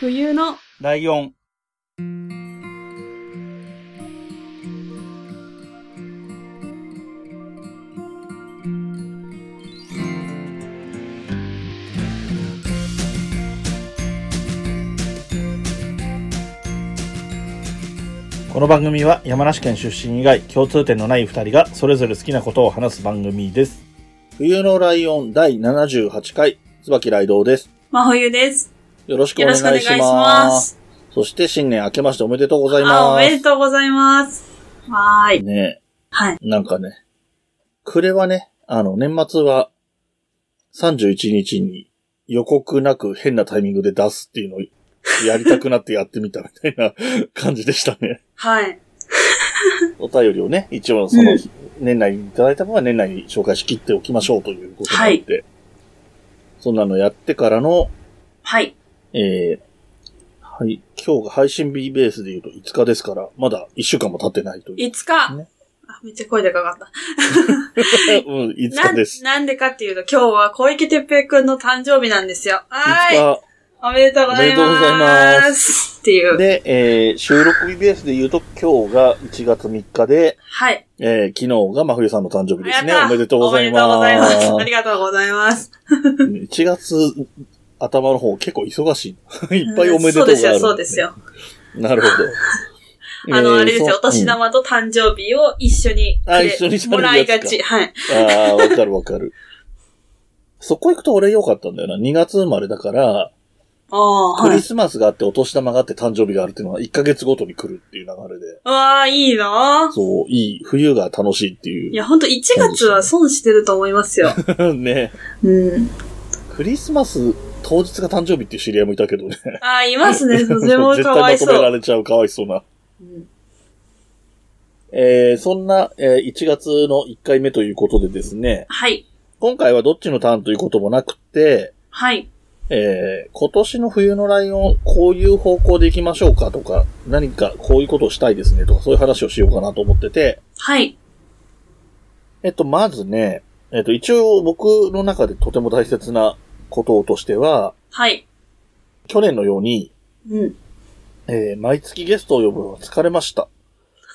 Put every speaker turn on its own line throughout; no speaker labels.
冬の
ライオン。この番組は山梨県出身以外共通点のない2人がそれぞれ好きなことを話す番組です。冬のライオン第78回、椿雷道です。
真冬です。
よろしくお
よ
願
ろ
い
し
し
くお願
ま
い
す。
します。
そして新年明けましておめでとうござい
あ、お
ま
めでとうございます。はー
す。
い。
ね
はい。
え、なんかね、暮れはね、あの、年末は31日に予告なく変なタイミングで出すっていうのをやりたくなってやってみたみたいな 感じでしたね。
はい。
お便りをね、一応その、年内にいただいた分は年内に紹介しきっておきましょうということになって、そんなのやってからの、
はい。
えー、はい、今日が配信日ベースで言うと5日ですから、まだ1週間も経ってないという。
5日。
ね
あ、めっちゃ声でかかった。
うん、5日です。
な。なんでかっていうと、今日は小池徹平くんの誕生日なんですよ。はーい。
5
おめでとうございます。
おめでとうございま
ってい
日。
う。
で、えー収録日ベースで言うと、今日が1月3日で、
はい。
えー昨日が真冬さんの誕生日ですね。
やった
おめでとうございます。
おめでとうございます。あり がとうございます。
1月頭の方結構忙しい。 いっぱいおめで
そう
とうがある、
ですよ、そうです。よ。
なるほど。
あの、
えー
あれですよ、
そ
お年
うん
玉と誕生日を一緒にくれ
あ一緒にされ
も
るやつから
いがち。はい。
ああ、わかるわかる。そこ行くと俺良かったんだよな。2月生まれだから、
ああ、は
ク
い。
リスマスがあってお年玉があって誕生日があるっていうのは1ヶ月ごとに来るっていう流れで、
うわあ、いいなあ
そう、いい、冬が楽しいってい
いや、ほんと1月は損してると思います よ。
う。ね。
うん。
クリスマス当日が誕生日っていう知り合いもいたけどね。
ああ、いますね。とても
絶
か
対
わ
ま
い
と
そ
めら
う。
れちゃう、かわいそうな。
うん
えー、そんな、えー1月の1回目ということでですね、
はい。
今回はどっちのターンということもなくて、
はい。
えー、今年の冬のライオン、こういう方向で行きましょうかとか、何かこういうことをしたいですねとか、そういう話をしようかなと思ってて、
はい。
えっと、まずね、えっと、一応僕の中でとても大切なこととしては、
はい。
去年のように、
うん。
えー毎月ゲストを呼ぶのは疲れました。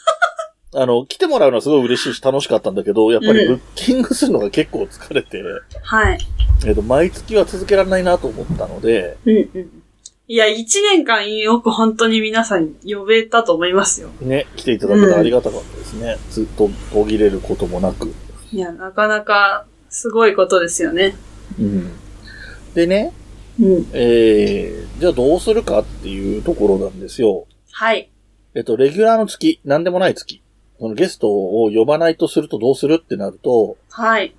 あの、来てもらうのはすごい嬉しいし楽しかったんだけど、やっぱり
う
ブッキングするのが結構疲れて、
はい。
えっと、毎月は続けられないなと思ったので、
うんうん。いや、1年間よく本当に皆さん呼べたと思いますよ。
ね、来ていただけたらありがたかったですね。ずっと途切れることもなく。
いや、なかなかすごいことですよね。
うん。でね、
うん。
えー、じゃあどうするかっていうところなんですよ。
はい。
えっと、レギュラーの月、なんでもない月、そのゲストを呼ばないとするとどうするってなると、
はい。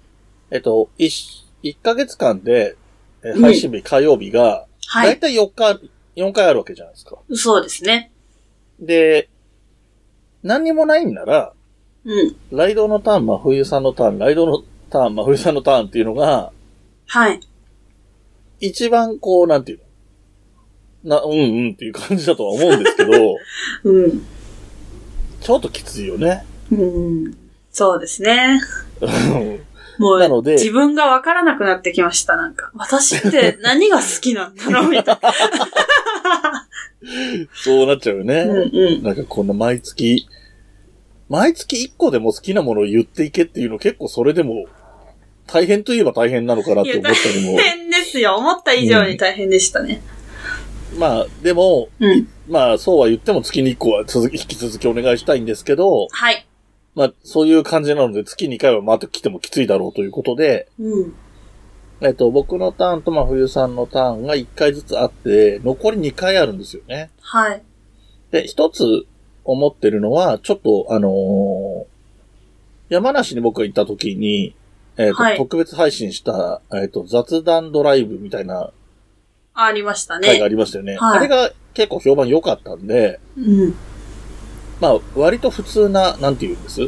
えっと、一、一ヶ月間で、えー配信日、火曜日が、
は
だい
い。
たい4日、4回あるわけじゃないですか。
そうですね。
で、何にもないんなら、
うん。
ライドのターン、真冬さんのターン、ライドのターン、真冬さんのターンっていうのが、
はい。
一番こう、なんていうのな、うんうんっていう感じだとは思うんですけど、
うん。
ちょっときついよね。
うん。そうですね。もう、
なので
自分が分からなくなってきました、なんか。私って何が好きなんだろう、みたいな。
そうなっちゃうよね。
うんうん。
なんかこんな毎月、毎月一個でも好きなものを言っていけっていうの結構それでも大変といえば大変なのかなって思ったりも。
変ですよ。思った以上に大変でしたね。
まあでも、
うん。
まあそうは言っても月に一個は続き引き続きお願いしたいんですけど、
はい。
まあそういう感じなので月2回はまた来てもきついだろうということで、
うん。
えっと僕のターンと真冬さんのターンが1回ずつあって、残り2回あるんですよね。
はい。
で、一つ思ってるのは、ちょっと、あのー山梨に僕が行った時に、えーと
はい
特別配信した、えーと雑談ドライブみたいな
ありました
回が
ね。
ありましたよね。
はい
あれが結構評判良かったんで、
うん。
まあ、割と普通な、なんて言うんです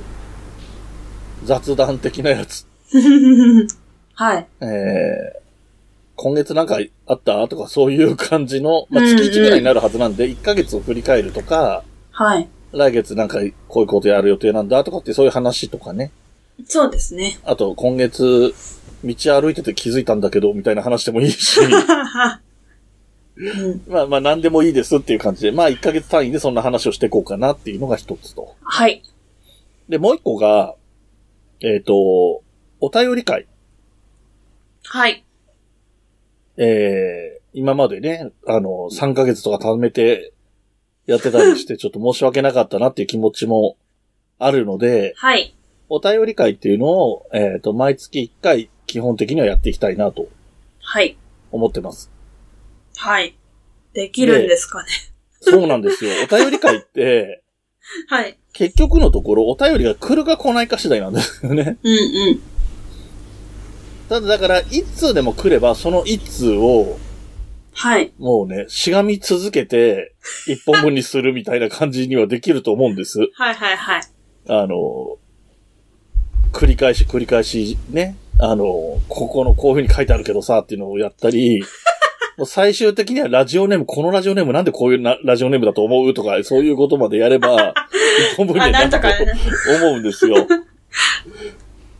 雑談的なやつ。
はい。
えー今月なんかあったとかそういう感じの、まあ、
うんうん
月1ぐらいになるはずなんで、1ヶ月を振り返るとか、
はい。
来月なんかこういうことやる予定なんだとかってそういう話とかね。
そうですね。
あと、今月、道歩いてて気づいたんだけど、みたいな話でもいいし、
うん。
まあまあ何でもいいですっていう感じで、まあ1ヶ月単位でそんな話をしていこうかなっていうのが一つと。
はい。
で、もう一個が、えっ、と、お便り会。
はい。
えー、今までね、あの、3ヶ月とか貯めてやってたりして、ちょっと申し訳なかったなっていう気持ちもあるので、
はい。
お便り会っていうのを、えっ、と、毎月1回基本的にはやっていきたいなと
はい。
思ってます。
はい。できるんですかね。
そうなんですよ。お便り会って、
はい。
結局のところお便りが来るか来ないか次第なんです よね。
うんうん。
ただだから、一通でも来れば、その一通を、
はい。
もうね、しがみ続けて、一本分にするみたいな感じにはできると思うんです。
はいはいはい。
あの、繰り返し繰り返しね、あの、ここのこういう風に書いてあるけどさ、っていうのをやっ たり、もう最終的にはラジオネーム、このラジオネームなんでこういうなラジオネームだと思うとか、そういうことまでやれ ば、一本分に
あ、
は
なんとか
なる
ね。
と思うんですよ。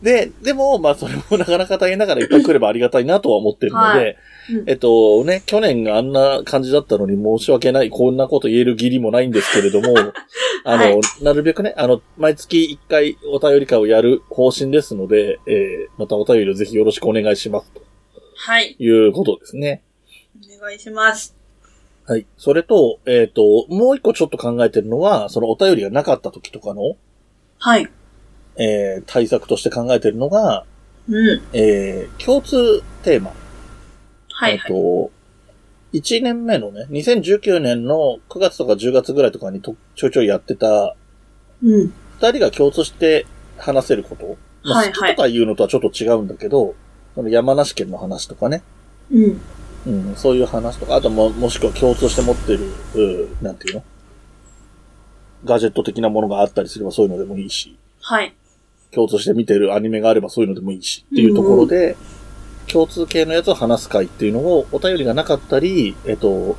で、でも、まあ、それもなかなか大変だからいっぱい来ればありがたいなとは思ってるので、
はいうん
えっとね、去年があんな感じだったのに申し訳ない、こんなこと言える義理もないんですけれども、あの、
はい
なるべくね、あの、毎月1回お便り会をやる方針ですので、えーまたお便りをぜひよろしくお願いします、と
はい。
いうことですね。
お願いします。
はい。それと、えっ、と、もう一個ちょっと考えてるのは、そのお便りがなかった時とかの、
はい。
えー対策として考えてるのが、
うん。
えー共通テーマ。
はいは
えっ
い。
と、1年目のね、2019年の9月とか10月ぐらいとかにとちょいちょいやってた、
うん。
2人が共通して話せること。まあ、
はい
好き
はい
とか言うのとはちょっと違うんだけど、その山梨県の話とかね、
うん。
うん、そういう話とか、あとも、もしくは共通して持ってる、うんなんていうのガジェット的なものがあったりすればそういうのでもいいし。
はい。
共通して見てるアニメがあればそういうのでもいいしっていうところで、共通系のやつを話す会っていうのをお便りがなかったり、えっと、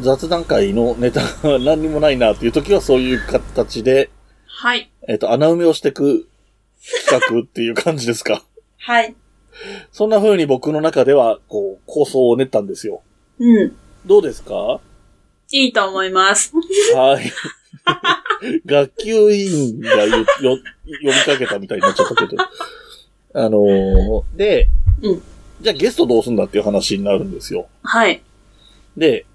雑談会のネタが何にもないなっていう時はそういう形で、
はい。
えっと、穴埋めをしていく企画っていう感じですか。
はい。
そんな風に僕の中では、こう、構想を練ったんですよ。
うん。
どうですかはい
いと思います。
い。 学級委員がよよ呼びかけたみたいになっちゃったけど。あのーで、
うん
じゃあゲストどうすんだっていう話になるんですよ。
はい。
で、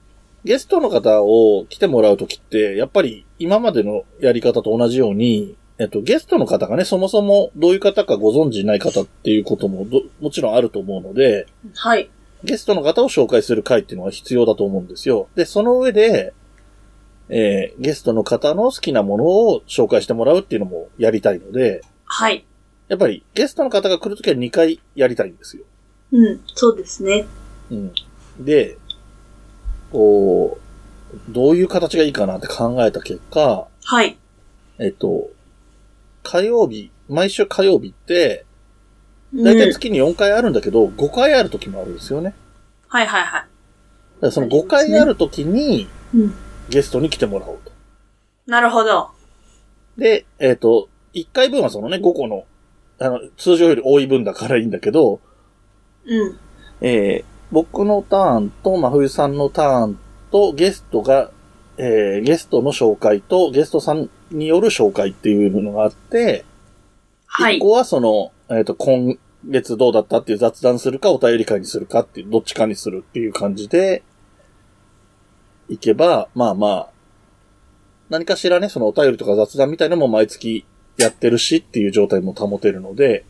ゲストの方を来てもらうときって、やっぱり今までのやり方と同じように、えっと、ゲストの方がね、そもそもどういう方かご存知ない方っていうこともど、もちろんあると思うので、
はい。
ゲストの方を紹介する回っていうのは必要だと思うんですよ。で、その上で、えーゲストの方の好きなものを紹介してもらうっていうのもやりたいので、
はい。
やっぱりゲストの方が来るときは2回やりたいんですよ。
うん。そうですね。
うん。で、こう、どういう形がいいかなって考えた結果、
はい。
えっと、火曜日、毎週火曜日って、
う
だいたい
ん。
月に4回あるんだけど、5回あるときもあるんですよね。
はいはいは
だからその5回あるときに
い。うん。
ゲストに来てもらおうと。
なるほど。
で、えっ、と、1回分はそのね、5個の、あの、通常より多い分だからいいんだけど、
うん。
えー僕のターンと、真冬さんのターンと、ゲストが、えーゲストの紹介と、ゲストさんによる紹介っていうのがあって、
は
1
い。
個はその、えっ、と、今月どうだったっていう雑談するか、お便り会にするかっていう、どっちかにするっていう感じで、いけば、まあまあ、何かしらね、そのお便りとか雑談みたいなのも毎月やってるしっていう状態も保てるので、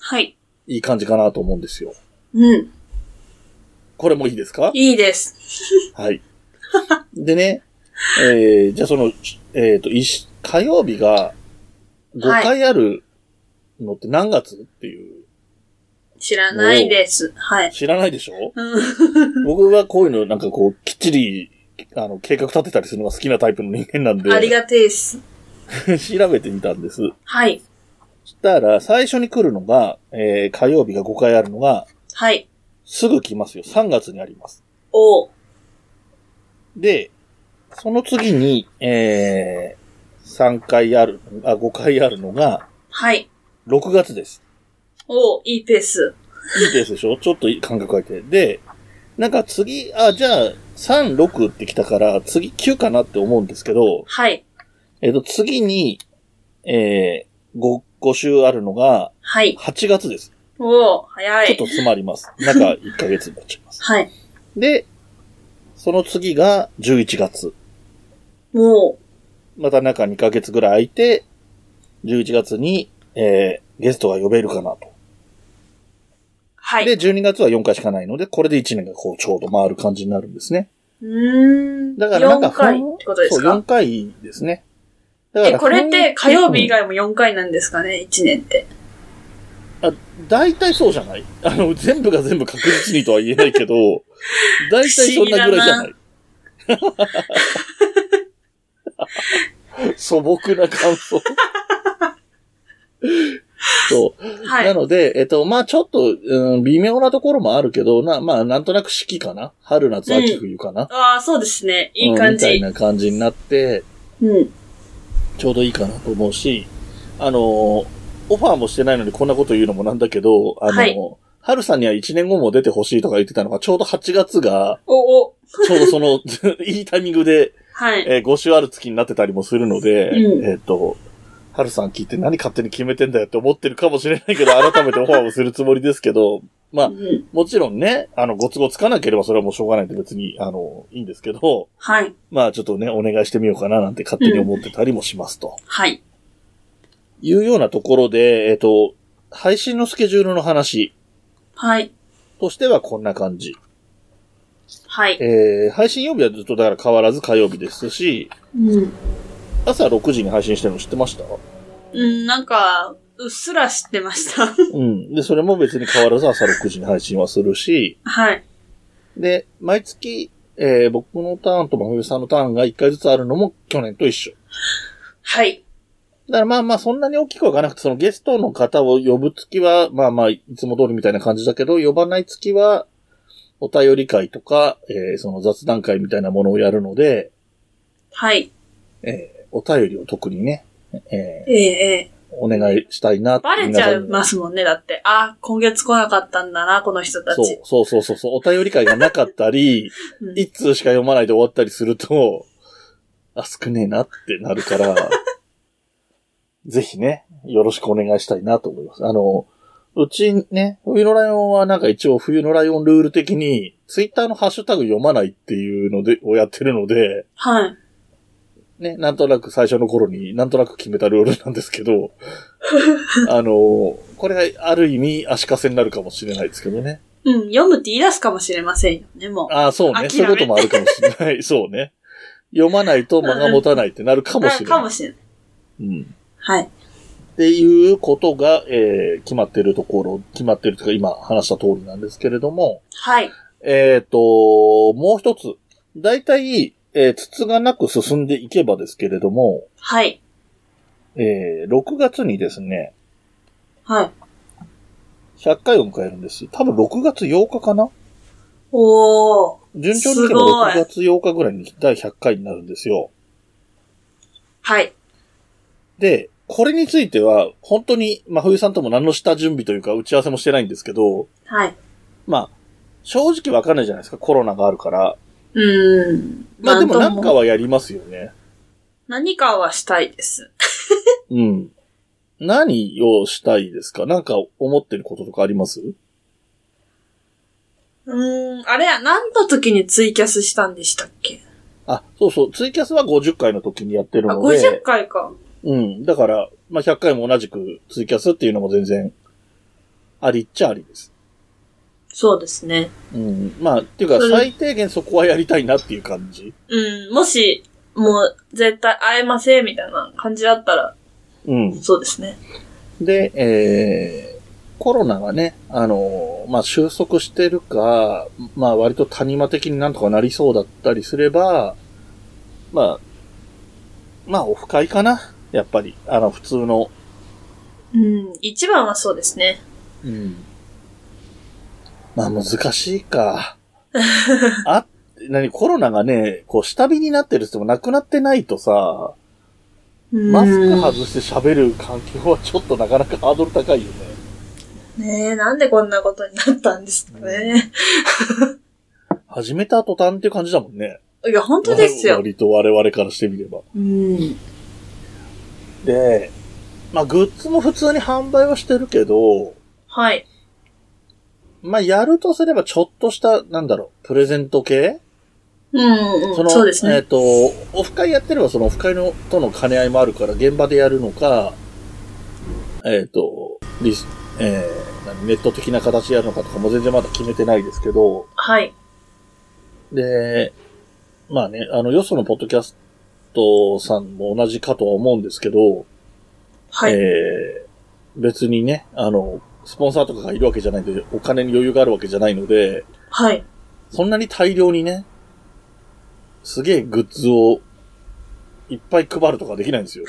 はい。
いい感じかなと思うんですよ。
うん。
これもいいですか
いいです。
はい。でね、えー、じゃあその、えっ、と、いし火曜日が5回あるのって何月っていう、
知らないです。はい。
知らないでしょ
うん。
僕はこういうのなんかこう、きっちり、あの、計画立てたりするのが好きなタイプの人間なんで、
ありがてえです。
調べてみたんです。
はい。
したら、最初に来るのが、えー、火曜日が5回あるのが、
はい。
すぐ来ますよ。3月にあります。
おう。
で、その次に、えー、3回ある、あ、5回あるのが、
はい。
6月です。
おう。いいペース。
いいペースでしょちょっと間隔空いて。で、なんか次、あ、じゃあ、3、6って来たから、次9かなって思うんですけど、
はい。
えっ、と、次に、えー、5、5週あるのが、
はい。
8月です。
おー、早
ちょっ
い
と。詰まります。なんか1ヶ月になっちゃい ます。
はい。
で、その次が11月。
も
また中2ヶ月ぐらい空いて、11月に、えー、ゲストが呼べるかなと。
う、はい。
で、
う
12月は4回しかないので、これで1年がこう、ちょうど回る感じになるんですね。
ーん。
だからなんか、
4回ってことです
そう、4
か
回ですね。だ
え、これって火曜日以
が。
外も4回なんですかね ?1 年って。
あ、大体そうじゃない あの、全部が全部確実にとは言えな いけど、大体そんなぐらいじゃない。素朴な感想。そう。
は。
ないので、えっと、まあちょっと、うん、微妙なところもあるけど、な、まあなんとなく四季かな春、夏、秋、
うん
冬かな、
ああ、そうですね。いい
うん
感
みたい
じ。
な感じになって、
うん。
ちょうどいいかなと思うし、あのー、オファーもしてないのにこんなこと言うのもなんだけど、あのー、
はい
春さんには1年後も出てほしいとか言ってたのが、ちょうど8月が、
お、お、
ちょうどその、 いいタイミングで、
はい。
えー5週ある月になってたりもするので、
うん
えっ、と、春さん聞いて何勝手に決めてんだよって思ってるかもしれないけど、改めてオファーをするつもりですけど、ま
う
あ、
ん。
もちろんね、あの、ご都合つかなければそれはもうしょうがないんで別に、あの、いいんですけど、
はい。
まあちょっとね、お願いしてみようかななんて勝手に思ってたりもしますと。
はい。
いうようなところで、えっ、と、配信のスケジュールの話
はい。
としてはこんな感じ。
はい。
えー、配信曜日はずっとだから変わらず火曜日ですし、
うん。
朝6時に配信してるの知ってました
うん、なんか、うっすら知ってました。
うん。で、それも別に変わらず朝6時に配信はするし、
はい。
で、毎月、えー、僕のターンと真冬さんのターンが1回ずつあるのも去年と一緒。
はい。
だからまあまあそんなに大きくはいかなくて、そのゲストの方を呼ぶ月は、まあまあいつも通りみたいな感じだけど、呼ばない月は、お便り会とか、えーその雑談会みたいなものをやるので、
はい。
えーお便りを特にね、えー
ええええ
お願いしたいなって
バレちゃい
皆
ま
さんに
すもんね、だって。あ、今月来なかったんだな、この人たち。
そう、そうそうそう、お便り会がなかったり、
うん
一通しか読まないで終わったりすると、あ、少ねえなってな るから、ぜひね、よろしくお願いしたいなと思います。あの、うちね、冬のライオンはなんか一応冬のライオンルール的に、ツイッターのハッシュタグ読まないっていうので、をやってるので、
はい。
ね、なんとなく最初の頃になんとなく決めたルールなんです けど、あの、これがある意味足かせになるかもしれないですけどね。
うん、読むって言い出すかもしれませんよね、もう。
ああ、そうね。
諦
そうい
め
うこともあるかもしれ ない。そうね。読まないと間が持たないってなるかもしれ
あか
な
も
い。
しれない。
うん。
はい。
っていうことが、えー、決まってるところ、決まってるというか今話した通りなんですけれども、
はい。
えっ、と、もう一つ。大体、えー、筒がなく進んでいけばですけれども、
はい。
えー、6月にですね、
はい。
100回を迎えるんです。多分6月8日かな
おー。
順調にいけば
すごい
6月8日ぐらいに第100回になるんですよ。
はい。
で、これについては、本当に、まあ、冬さんとも何の下準備というか、打ち合わせもしてないんですけど、
はい。
まあ、正直わかんないじゃないですか、コロナがあるから。
うーん。
まあ、でも
な
なんん
と
かはやりますよね。
何かはしたいです。
うん。何をしたいですかなんか思ってることとかあります
うーん、あれや、何の時にツイキャスしたんでしたっけ
あ、そうそう、ツイキャスは50回の時にやってる
あ、
ので
50、回か。
うん。だから、まあ、100回も同じくツイキャスっていうのも全然、ありっちゃありです。
そうですね。
うん。まあ、っていうか、
うん
最低限そこはやりたいなっていう感じ。
うん、もし、もう、絶対会えません、みたいな感じだったら、
うん。
そうですね。
で、えー、コロナがね、あのーまあ、収束してるか、まあ、割と谷間的になんとかなりそうだったりすれば、まあ、まあ、オフ会かな。やっぱり、あの、普通の。
うん、一番はそうですね。
うん。まあ、難しいか。あ、何、コロナがね、こう、下火になってるって言ってもなくなってないとさ、マスク外して喋る環境はちょっとなかなかハードル高いよね。
ねえ、なんでこんなことになったんですかね。
始めた途端って感じだもんね。
いや、本当ですよ。
割と我々からしてみれば。
うん。
で、まあグッズも普通に販売はしてるけど、
はい。
まあやるとすればちょっとした、なんだろう、プレゼント系
うん、うん。
の、
そうです
え
ね。
っ、と、オフ会やってればそのオフ会のとの兼ね合いもあるから、現場でやるのか、えっ、と、リス、えー何ネット的な形でやるのかとかも全然まだ決めてないですけど、
はい。
で、まあね、あの、よそのポッドキャストさんも同じかとは思うんですけど、
はい。
えー別にね、あの、スポンサーとかがいるわけじゃないんで、お金に余裕があるわけじゃないので、
はい。
そんなに大量にね、すげえグッズをいっぱい配るとかできない んですよ。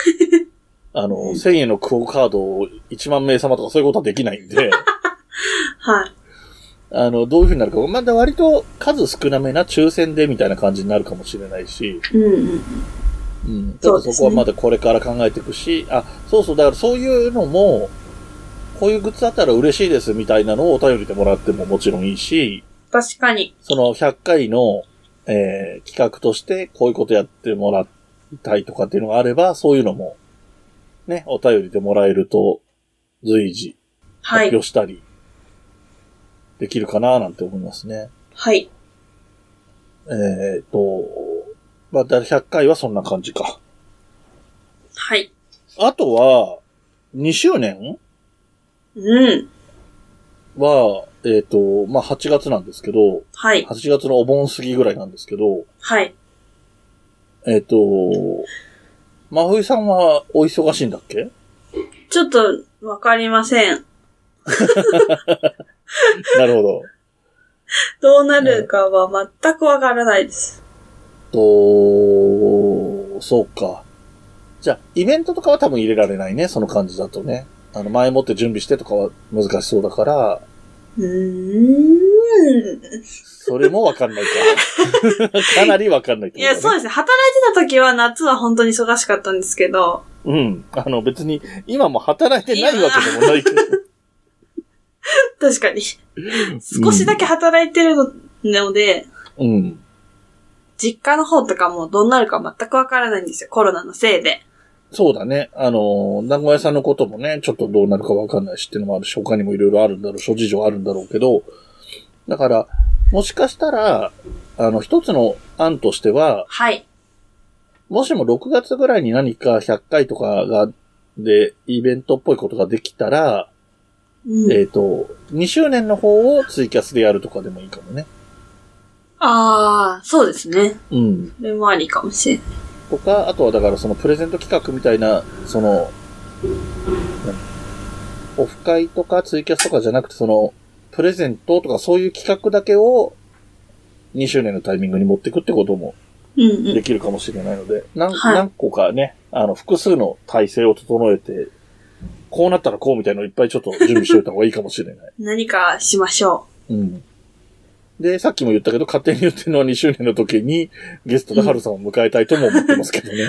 あの、1000円のクオカードを1万名様とかそういうことはできないんで、
はい。
あの、どういう風になるか、まだ割と数少なめな抽選でみたいな感じになるかもしれないし、
うん、うん。
うん。ち
そ
ょ
うで
っ
すね
とそこはまだこれから考えていくし、あ、そうそう、だからそういうのも、こういうグッズあったら嬉しいですみたいなのをお便りでもらってももちろんいいし、
確かに。
その100回の、えー企画としてこういうことやってもらいたいとかっていうのがあれば、そういうのも、ね、お便りでもらえると、随時
は
発
い。
表したり、できるかななんて思いますね。
はい。
えっ、と、まあ、だから100回はそんな感じか。
はい。
あとは、2周年
うん。
は、えっ、と、まあ、8月なんですけど、
はい。
8月のお盆過ぎぐらいなんですけど、
はい。
えっ、と、真冬さんはお忙しいんだっけ
ちょっと、わかりません。
なるほど。
どうなるかは全くわからないです。
と、そうか。じゃあ、イベントとかは多分入れられないね、その感じだとね。あの、前もって準備してとかは難しそうだから、
うーん。
それもわかんないか。 かなりわかんないって
い
こ
や、
とだね
そうですね。働いてた時は夏は本当に忙しかったんですけど、
うん。あの、別に、今も働いてないわけでもない けど。
確かに。少しだけ働いてるので、
うん。
実家の方とかもどうなるか全くわからないんですよ。コロナのせいで。
そうだね。あの、団子屋さんのこともね、ちょっとどうなるかわかんないしっていうのもあるし、他にもいろいろあるんだろう、諸事情あるんだろうけど、だから、もしかしたら、あの、一つの案としては、
はい。
もしも6月ぐらいに何か100回とかが、で、イベントっぽいことができたら、
うん、
えっ、と、2周年の方をツイキャスでやるとかでもいいかもね。
ああ、そうですね。
うん。
それもありかもしれない。
とか、あとはだからそのプレゼント企画みたいな、その、何オフ会とかツイキャスとかじゃなくて、その、プレゼントとかそういう企画だけを2周年のタイミングに持っていくってことも
うんう
で
ん。
きるかもしれないので、何
はい
何個かね、あの、複数の体制を整えて、こうなったらこうみたいなのいっぱいちょっと準備しといた方がいいかもし れない。
何かしましょ
うん。で、さっきも言ったけど、勝手に言ってるのは2周年の時に、ゲストでハルさんを迎えたいとも思ってますけどね。
う。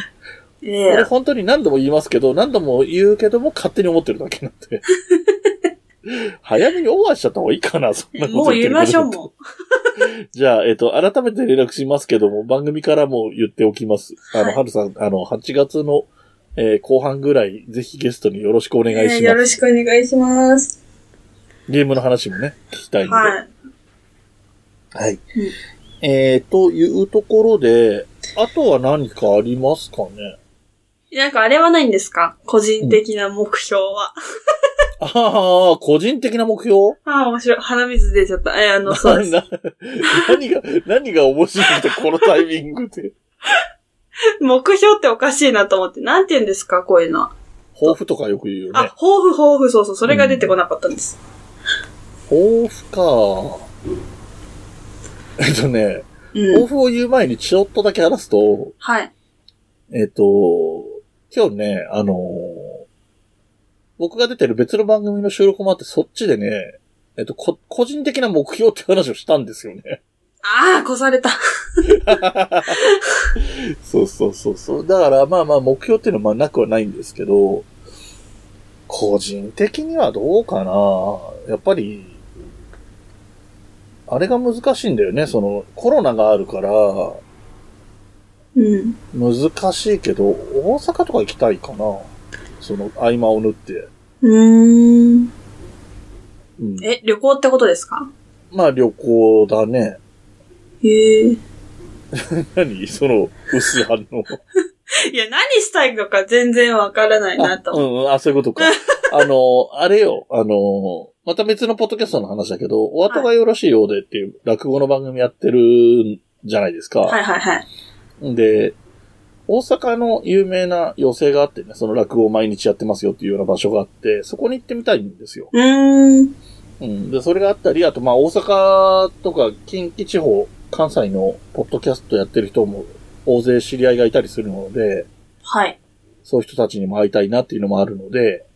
ええ
これ本当に何度も言いますけど、何度も言うけども勝手に思ってるだけなん で。早めにオーバーしちゃった方がいいかな、そんなこと
もう言いましょう、
ってる
も
ことじゃあ、えっ、と、改めて連絡しますけども、番組からも言っておきます。あ
は
の、
い
はるさん、あの、8月の、えー後半ぐらい、ぜひゲストによろしくお願
う。
いします。
ええよろしくお願いします。
ゲームの話もね、聞きたいので。
はい。
はい。えー、というところで、あとは何かありますかね
なんかあれはないんですか個人的な目標は。
ああ、個人的な目標
ああ、面白い。鼻水出ちゃった。ええあの、そう です。
な何が、何が面白くて、このタイミング で。
目標っておかしいなと思って。なんて言うんですかこういうのは。
抱負とかよく言うよ
あ、
ね。
抱負抱負、そうそう。それが出てこなかったんです。
抱負か。えっとね、
う
抱
ん。
負を言う前にちょっとだけ話すと、
はい。
えっと、今日ね、あのー僕が出てる別の番組の収録もあって、そっちでね、えっと、こ、個人的な目標って話をしたんですよね。
ああ、越された。
そうそうそうそう。だからまあまあ目標っていうのはまあなくはないんですけど、個人的にはどうかなやっぱり、あれが難しいんだよね。その、コロナがあるから、
うん。
難しいけど、大阪とか行きたいかな。その、合間を縫って。
うーん。
うん。
え、旅行ってことですか
まあ、旅行だね。
へえ。
何その、薄い反応。
いや、何したいのか全然わからないなと
あう
思って。
んうん、あ、そうい うことか。あの、あれよ、あの、また別のポッドキャストの話だけど、お後がよろしいようでっていう落語の番組やってるんじゃないですか。
はいはいはい。
で、大阪の有名な寄席があってね、その落語を毎日やってますよっていうような場所があって、そこに行ってみたいんですよ。
うーん。
うん。で、それがあったり、あとまあ大阪とか近畿地方、関西のポッドキャストやってる人も大勢知り合いがいたりするので、
はい。
そういう人たちにも会いたいなっていうのもあるので、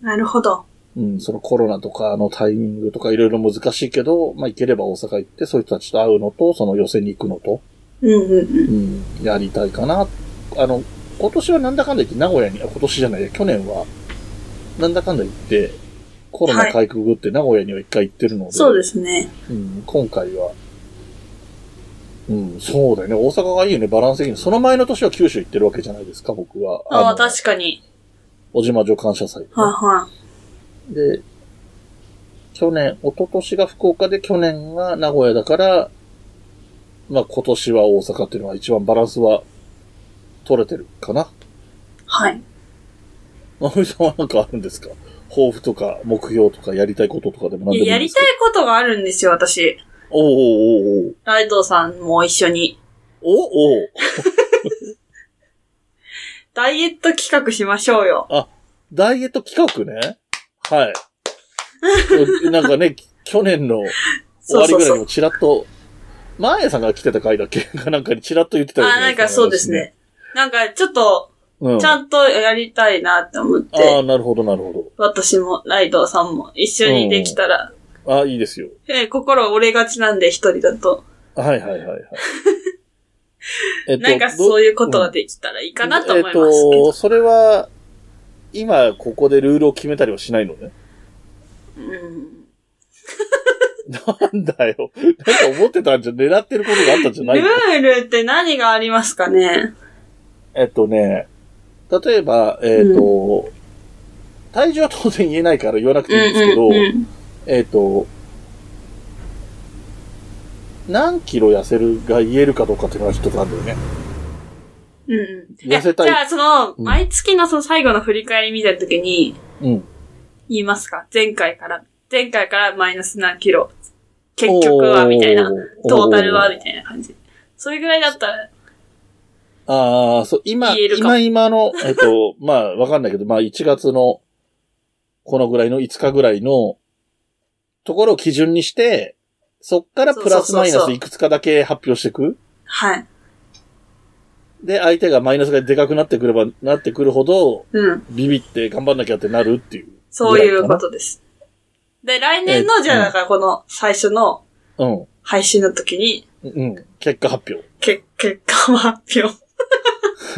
なるほど。
うん、そのコロナとかのタイミングとかいろいろ難しいけど、まあ行ければ大阪行ってそういう人たちと会うのと、その寄席に行くのと、
うんうんうん。
うん、やりたいかな。あの、今年はなんだかんだ言って名古屋に、あ今年じゃないや、去年は、なんだかんだ言って、コロナ
はい
回復後って名古屋には一回行ってるので、
そうですね。
うん、今回は、うん、そうだよね。大阪がいいよね、バランス的に。その前の年は九州行ってるわけじゃないですか、僕は。
ああ、
の
確かに。
小島女感謝祭、
はいは
で、去年、一昨年が福岡で、去年が名古屋だから、まあ今年は大阪っていうのは一番バランスは取れてるかな。
い。はい。
まふみさんはなんかあるんですか抱負とか目標とかやりたいこととかでも何
い
でもい
や
い
や
んで
り
す
た
けど。
いことがあるんですよ、私。
おう
ライドさんも一緒に。
おうおうおう。おおう
ダイエット企画しましょうよ。
ダイエット企画ね。 はい。なんかね、去年の終
そ
わ
う
り
そう
ぐら
そ。
いうのチラッと、マーヤさんが来てた回だっけ かなんかにチラッと言ってた
あ
よね
ー、なんかそうですね。。なんかちょっと、
うん。
ちゃんとやりたいなって思っ
ああ、
て、
なるほど、なるほ
私もライドさんも一緒にできたら、
ど。ああ、いいですよ。
えー心折れがちなんで一人だと、
はいはいは いはい。えっ
なんかそういうことができたらいいかなと思いますけど。
えっと、それは、今ここでルールを決めたりはしないのね。
うん
なんだよ。なんか思ってたんじゃ、狙ってることがあったんじゃない
ル
の
ールって何がありますかね
えっとね、例えば、えっ、と、体重は当然言えないから言わなくて
う
い
ん
いんですけど、
うんうん。
えっ、と、何キロ痩せるが言えるかどうかっていうのが一つあるんだよね。
うんうん
痩せたい
えじゃあ、その、
うん
毎月のその最後の振り返りみたいな時に、
うん。
言いますか前回から。前回からマイナス何キロ。結局は、みたいな
お。ー
トータルは、みたいな感じ。それぐらいだったら、
ああ、そう、今、
言えるかも
今今の、えっと、 まあ、わかんないけど、まあ、1月の、このぐらいの5日ぐらいの、ところを基準にして、そっからプラスマイ
そうそうそ
ナ
う
ス
そう
いくつかだけ発表していく。
はい。
で、相手がマイナスがでかくなってくれば、なってくるほど、
うん。
ビビって頑張んなきゃってなるっていう。
そういう
ぐら
こ
いか
とです。で、来年
え
の、じゃ
う
あ、
ん
だからこの最初の
な。
配信の時に、
うん。うん。結果発表。
け、結果を発表。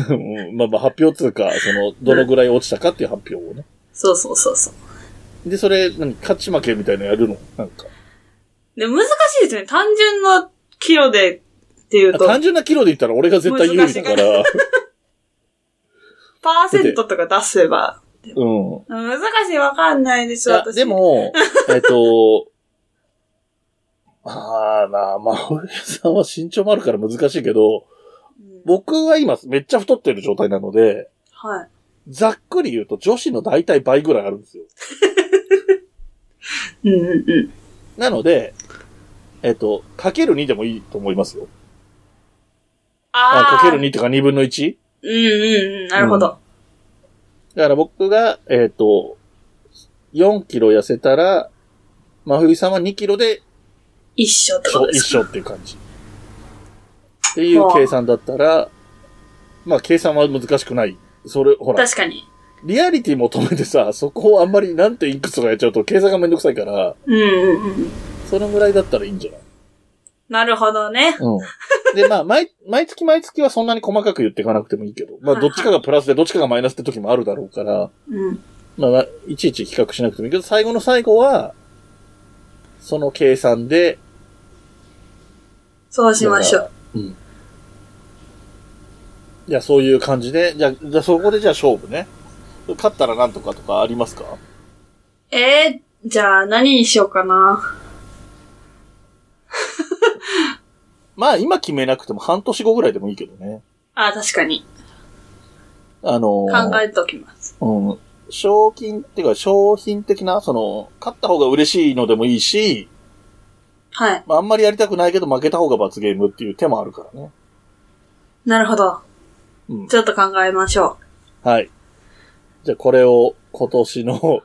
うんまあまあ発表っていうか、その、どのぐらい落ちたかっていう発表をね。
そうそうそうそう。
で、それ、何、勝ち負けみたいなのやるのなんか。
で、難しいですね。単純なキロでっていうと、
単純なキロで言ったら俺が絶対有利だから。
パーセントとか出せば、
うん。
難しいわかんないで
い
す、
や、
私。
で、も、えっと、ああまあ、まあ、堀江さんは身長もあるから難しいけ
う
ど、
ん、
僕は今めっちゃ太ってる状態なので、
はい。
ざっくり言うと女子の大体倍ぐらいあるんですよ。
うんうんうん。
なので、えっと、かける2でもいいと思いますよ。あ
ああ。
かける2ってか2分の 1?
うんうんうん。なるほど。
だから僕が、えっと、4キロ痩せたら、真冬さんは2キロで
一緒ってこ
そ
と
う、
で
一
す。
緒っていう感じ。っていう計算だったら、まあ計算は難しくない。それ、ほら、
確かに。
リアリティ求めてさ、そこをあんまりなんていくつとかやっちゃうと計算がめんどくさいから、
うんうんうん。
そのぐらいだったらいいんじゃない
なるほどね。
うん。で、まあ、毎、毎月毎月はそんなに細かく言っていかなくてもいいけど、
は
まあ、
いは
ど
い
っちかがプラスでどっちかがマイナスって時もあるだろうから、
うん。
まあまあ、いちいち比較しなくてもいいけど、最後の最後は、その計算で、
そうしましょう。
うん。いや、そういう感じで、じゃあ、じゃあそこでじゃあ勝負ね。勝ったらなんとかとかありますか
えー、じゃあ何にしようかな。
まあ、今決めなくても半年後ぐらいでもいいけどね。
あ、確かに。
あの
考
ー
えておきます。
うん。賞金っていうか、商品的な、その、勝った方が嬉しいのでもいいし、
はい。
まあ、あんまりやりたくないけど負けた方が罰ゲームっていう手もあるからね。
なるほど。
うん。
ちょっと考えましょ
はい。じゃあ、これを今年の、えっと、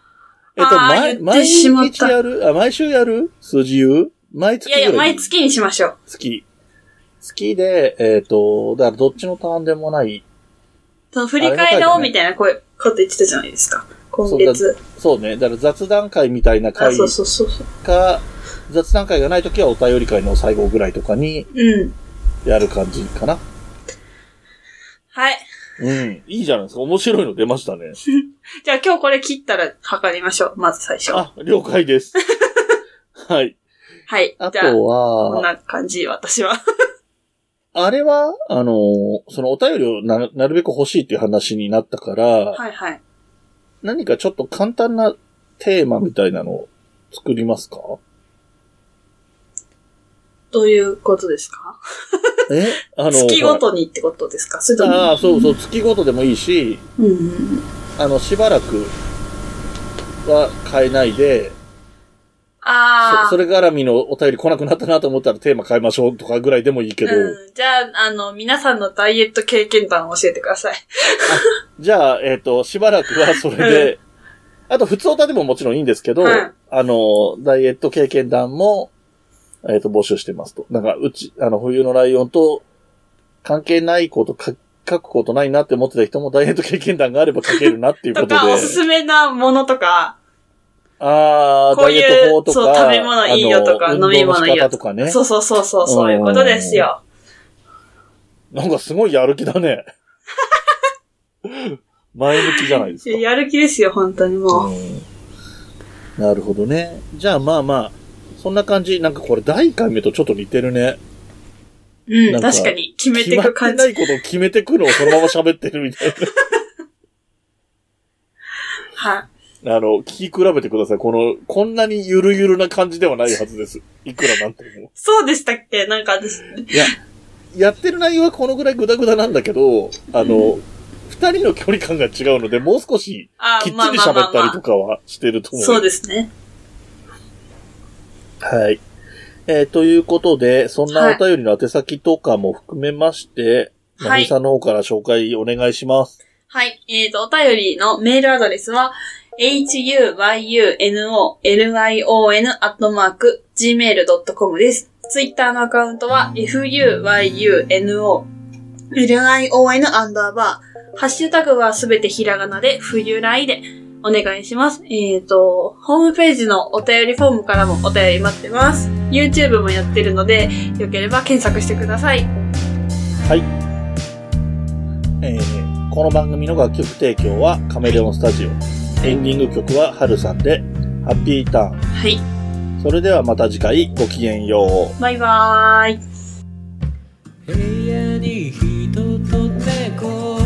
あー
毎
言って
毎
しまっ
日
た
やるあ、毎週やる数字言う毎
う。
月
いやいや、
ぐら
毎月にしましょう。
月。月で、えっ、と、だからどっちのターンでもない。
その振り返ろうみたいな声、こと言ってたじゃないですか。今
そ
月。
そうね。だから雑談会みたいな
あ、
会
そうそうそうそう。
か、雑談会がないときはお便り会の最後ぐらいとかに
うん。
やる感じかな。
はい。
うん。いいじゃないですか。面白いの出ましたね。
じゃあ今日これ切ったら測りましょう。まず最初。は
あ、了 解です。はい。
い。
あ
じゃあ、
と
こん
は、
な感じ、私は。
あれは、あのー、そのお便りをななるべく欲しいっていう話になったから、
はいはい。
何かちょっと簡単なテーマみたいなのを作りますか
どういうことですか
えあのー
月
ほ
ご
ら
とにってことですかそれとも、
ああ、そうそう、月ごとでもいいし、
うんうん。
あの、しばらくは変えないで、
あ
そ
あ
そ。れ絡みのお便り来なくなったなと思ったらテーマ変えましょうとかぐらいでもいいけど、
うん、じゃあ、あの、皆さんのダイエット経験談を教えてください。
じゃあ、えっ、と、しばらくはそれで、あと、普通歌でももちろんいいんですけど、
うん
あの、ダイエット経験談も、えっ、と、募集してますと。なんか、うち、あの、冬のライオンと関係ないことか、書くことないなって思ってた人もダイエット経験談があれば書けるなっていうこと
と
で。
か、おすすめなものとか、
ああ、
こう
ダイ
い
エット
う
法、と
そう、
か、
食べ物いいよとか、
あ
飲
の
み物いいよ
運動の仕方とかね。
そうそうそうそう、そういうことですよ。
なんかすごいやる気だね。 前向きじゃないですか。
やる気ですよ、本当にもう。
うんなるほどね。じゃあまあまあ、そんな感じ。なんかこれ第1回目とちょっと似てるね。
う、
なんんか
確かに。決め
決
てい
まっ
く
て
感
な
じ。
いことを決めてくのをそのまま喋ってるみたい
はい。
な。 あの、聞き比べてください。この、こんなにゆるゆるな感じではないはずです。いくらなんても。
そうでしたっけなんかです。
いや、やってる内容はこのぐらいグダグダなんだけど、あの、二人の距離感が違うので、もう少し
あ
きっちり
まあまあま
喋
あ
っ
ま
たり
あ
と。かはしてると思う。
そうですね。
はい。えーということで、そんな
はい
お便りの宛先とかも含めまして、
はい
まふみさんの方から紹介お願いします。
はい。えっ、と、お便りのメールアドレスは、huyunolion.gmail.com です。ツイッターのアカウントは、fuyunolion アンダーバー。ハッシュタグはすべてひらがなで、冬来でお願いします。えっ、と、ホームページのお便りフォームからもお便り待ってます。YouTube もやってるので、よければ検索してください。
えーこの番組の楽曲提供はカメレオンスタジオ。エンディング曲はハルさんで、ハッピーター
はい。
ン。それではまた次回ごきげんよう。
バイバーイ。
部屋に人と猫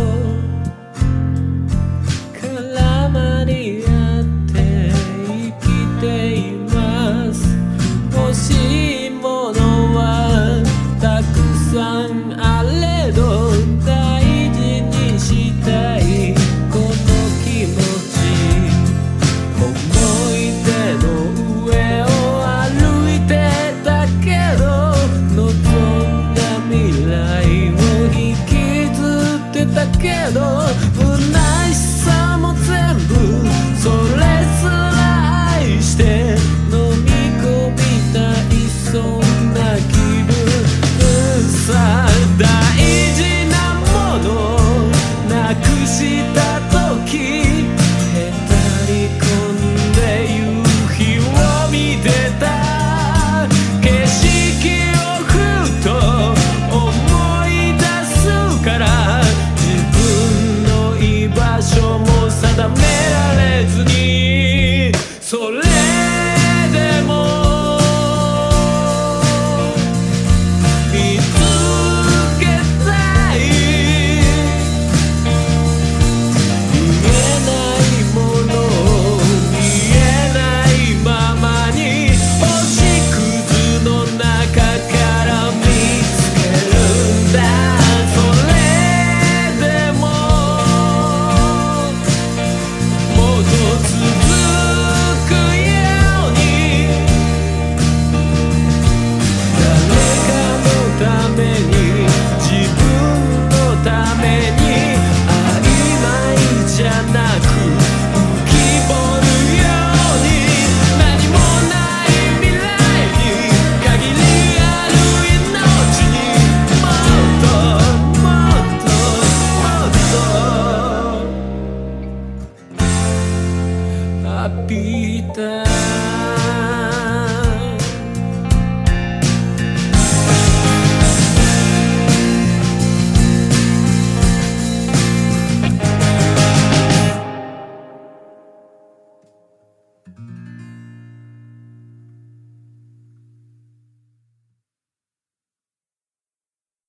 絡まり合って生きています欲しいものはたくさんあれど